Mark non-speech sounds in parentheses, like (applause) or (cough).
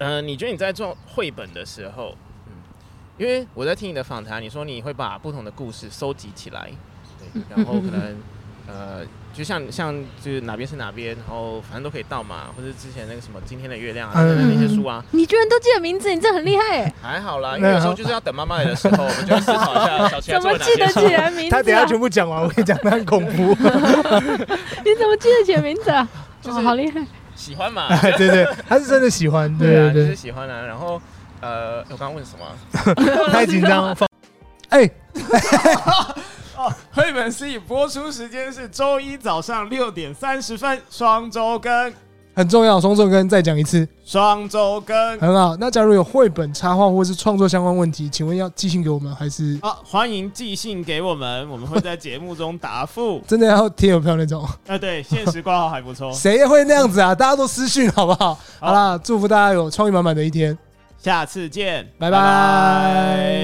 呃，你觉得你在做绘本的时候，嗯，因为我在听你的访谈，你说你会把不同的故事收集起来，对，然后可能呃，就像像就是哪边是哪边，然后反正都可以到嘛，或者之前那个什么今天的月亮啊、嗯那些书啊，你居然都记得名字，你这很厉害哎！还好啦，因为有时候就是要等妈妈来的时候，我们就会思考一下小七怎做么了哪记些得事起来名字、啊？他等一下全部讲完，我跟你讲，他很恐 (laughs) 怖。你怎么记得起来名字啊？就是哦、好厉害！喜欢嘛，哎对对，他是真的喜欢，对 (laughs) 对啊，就对是喜欢啊，然后。呃，我刚刚问什么啊？对，太紧张了放。哎，绘本 C 播出时间是周一早上六点三十分，双周更，很重要，双重跟再讲一次，双周更很好。那假如有绘本插画或是创作相关问题，请问要寄信给我们，还是。啊！欢迎寄信给我们，我们会在节目中答复真的要贴邮票那种？，哦啊，对，限时挂号还不错谁会那样子啊？大家都私讯好不好？好啦，祝福大家有创意满满的一天。下次见，拜拜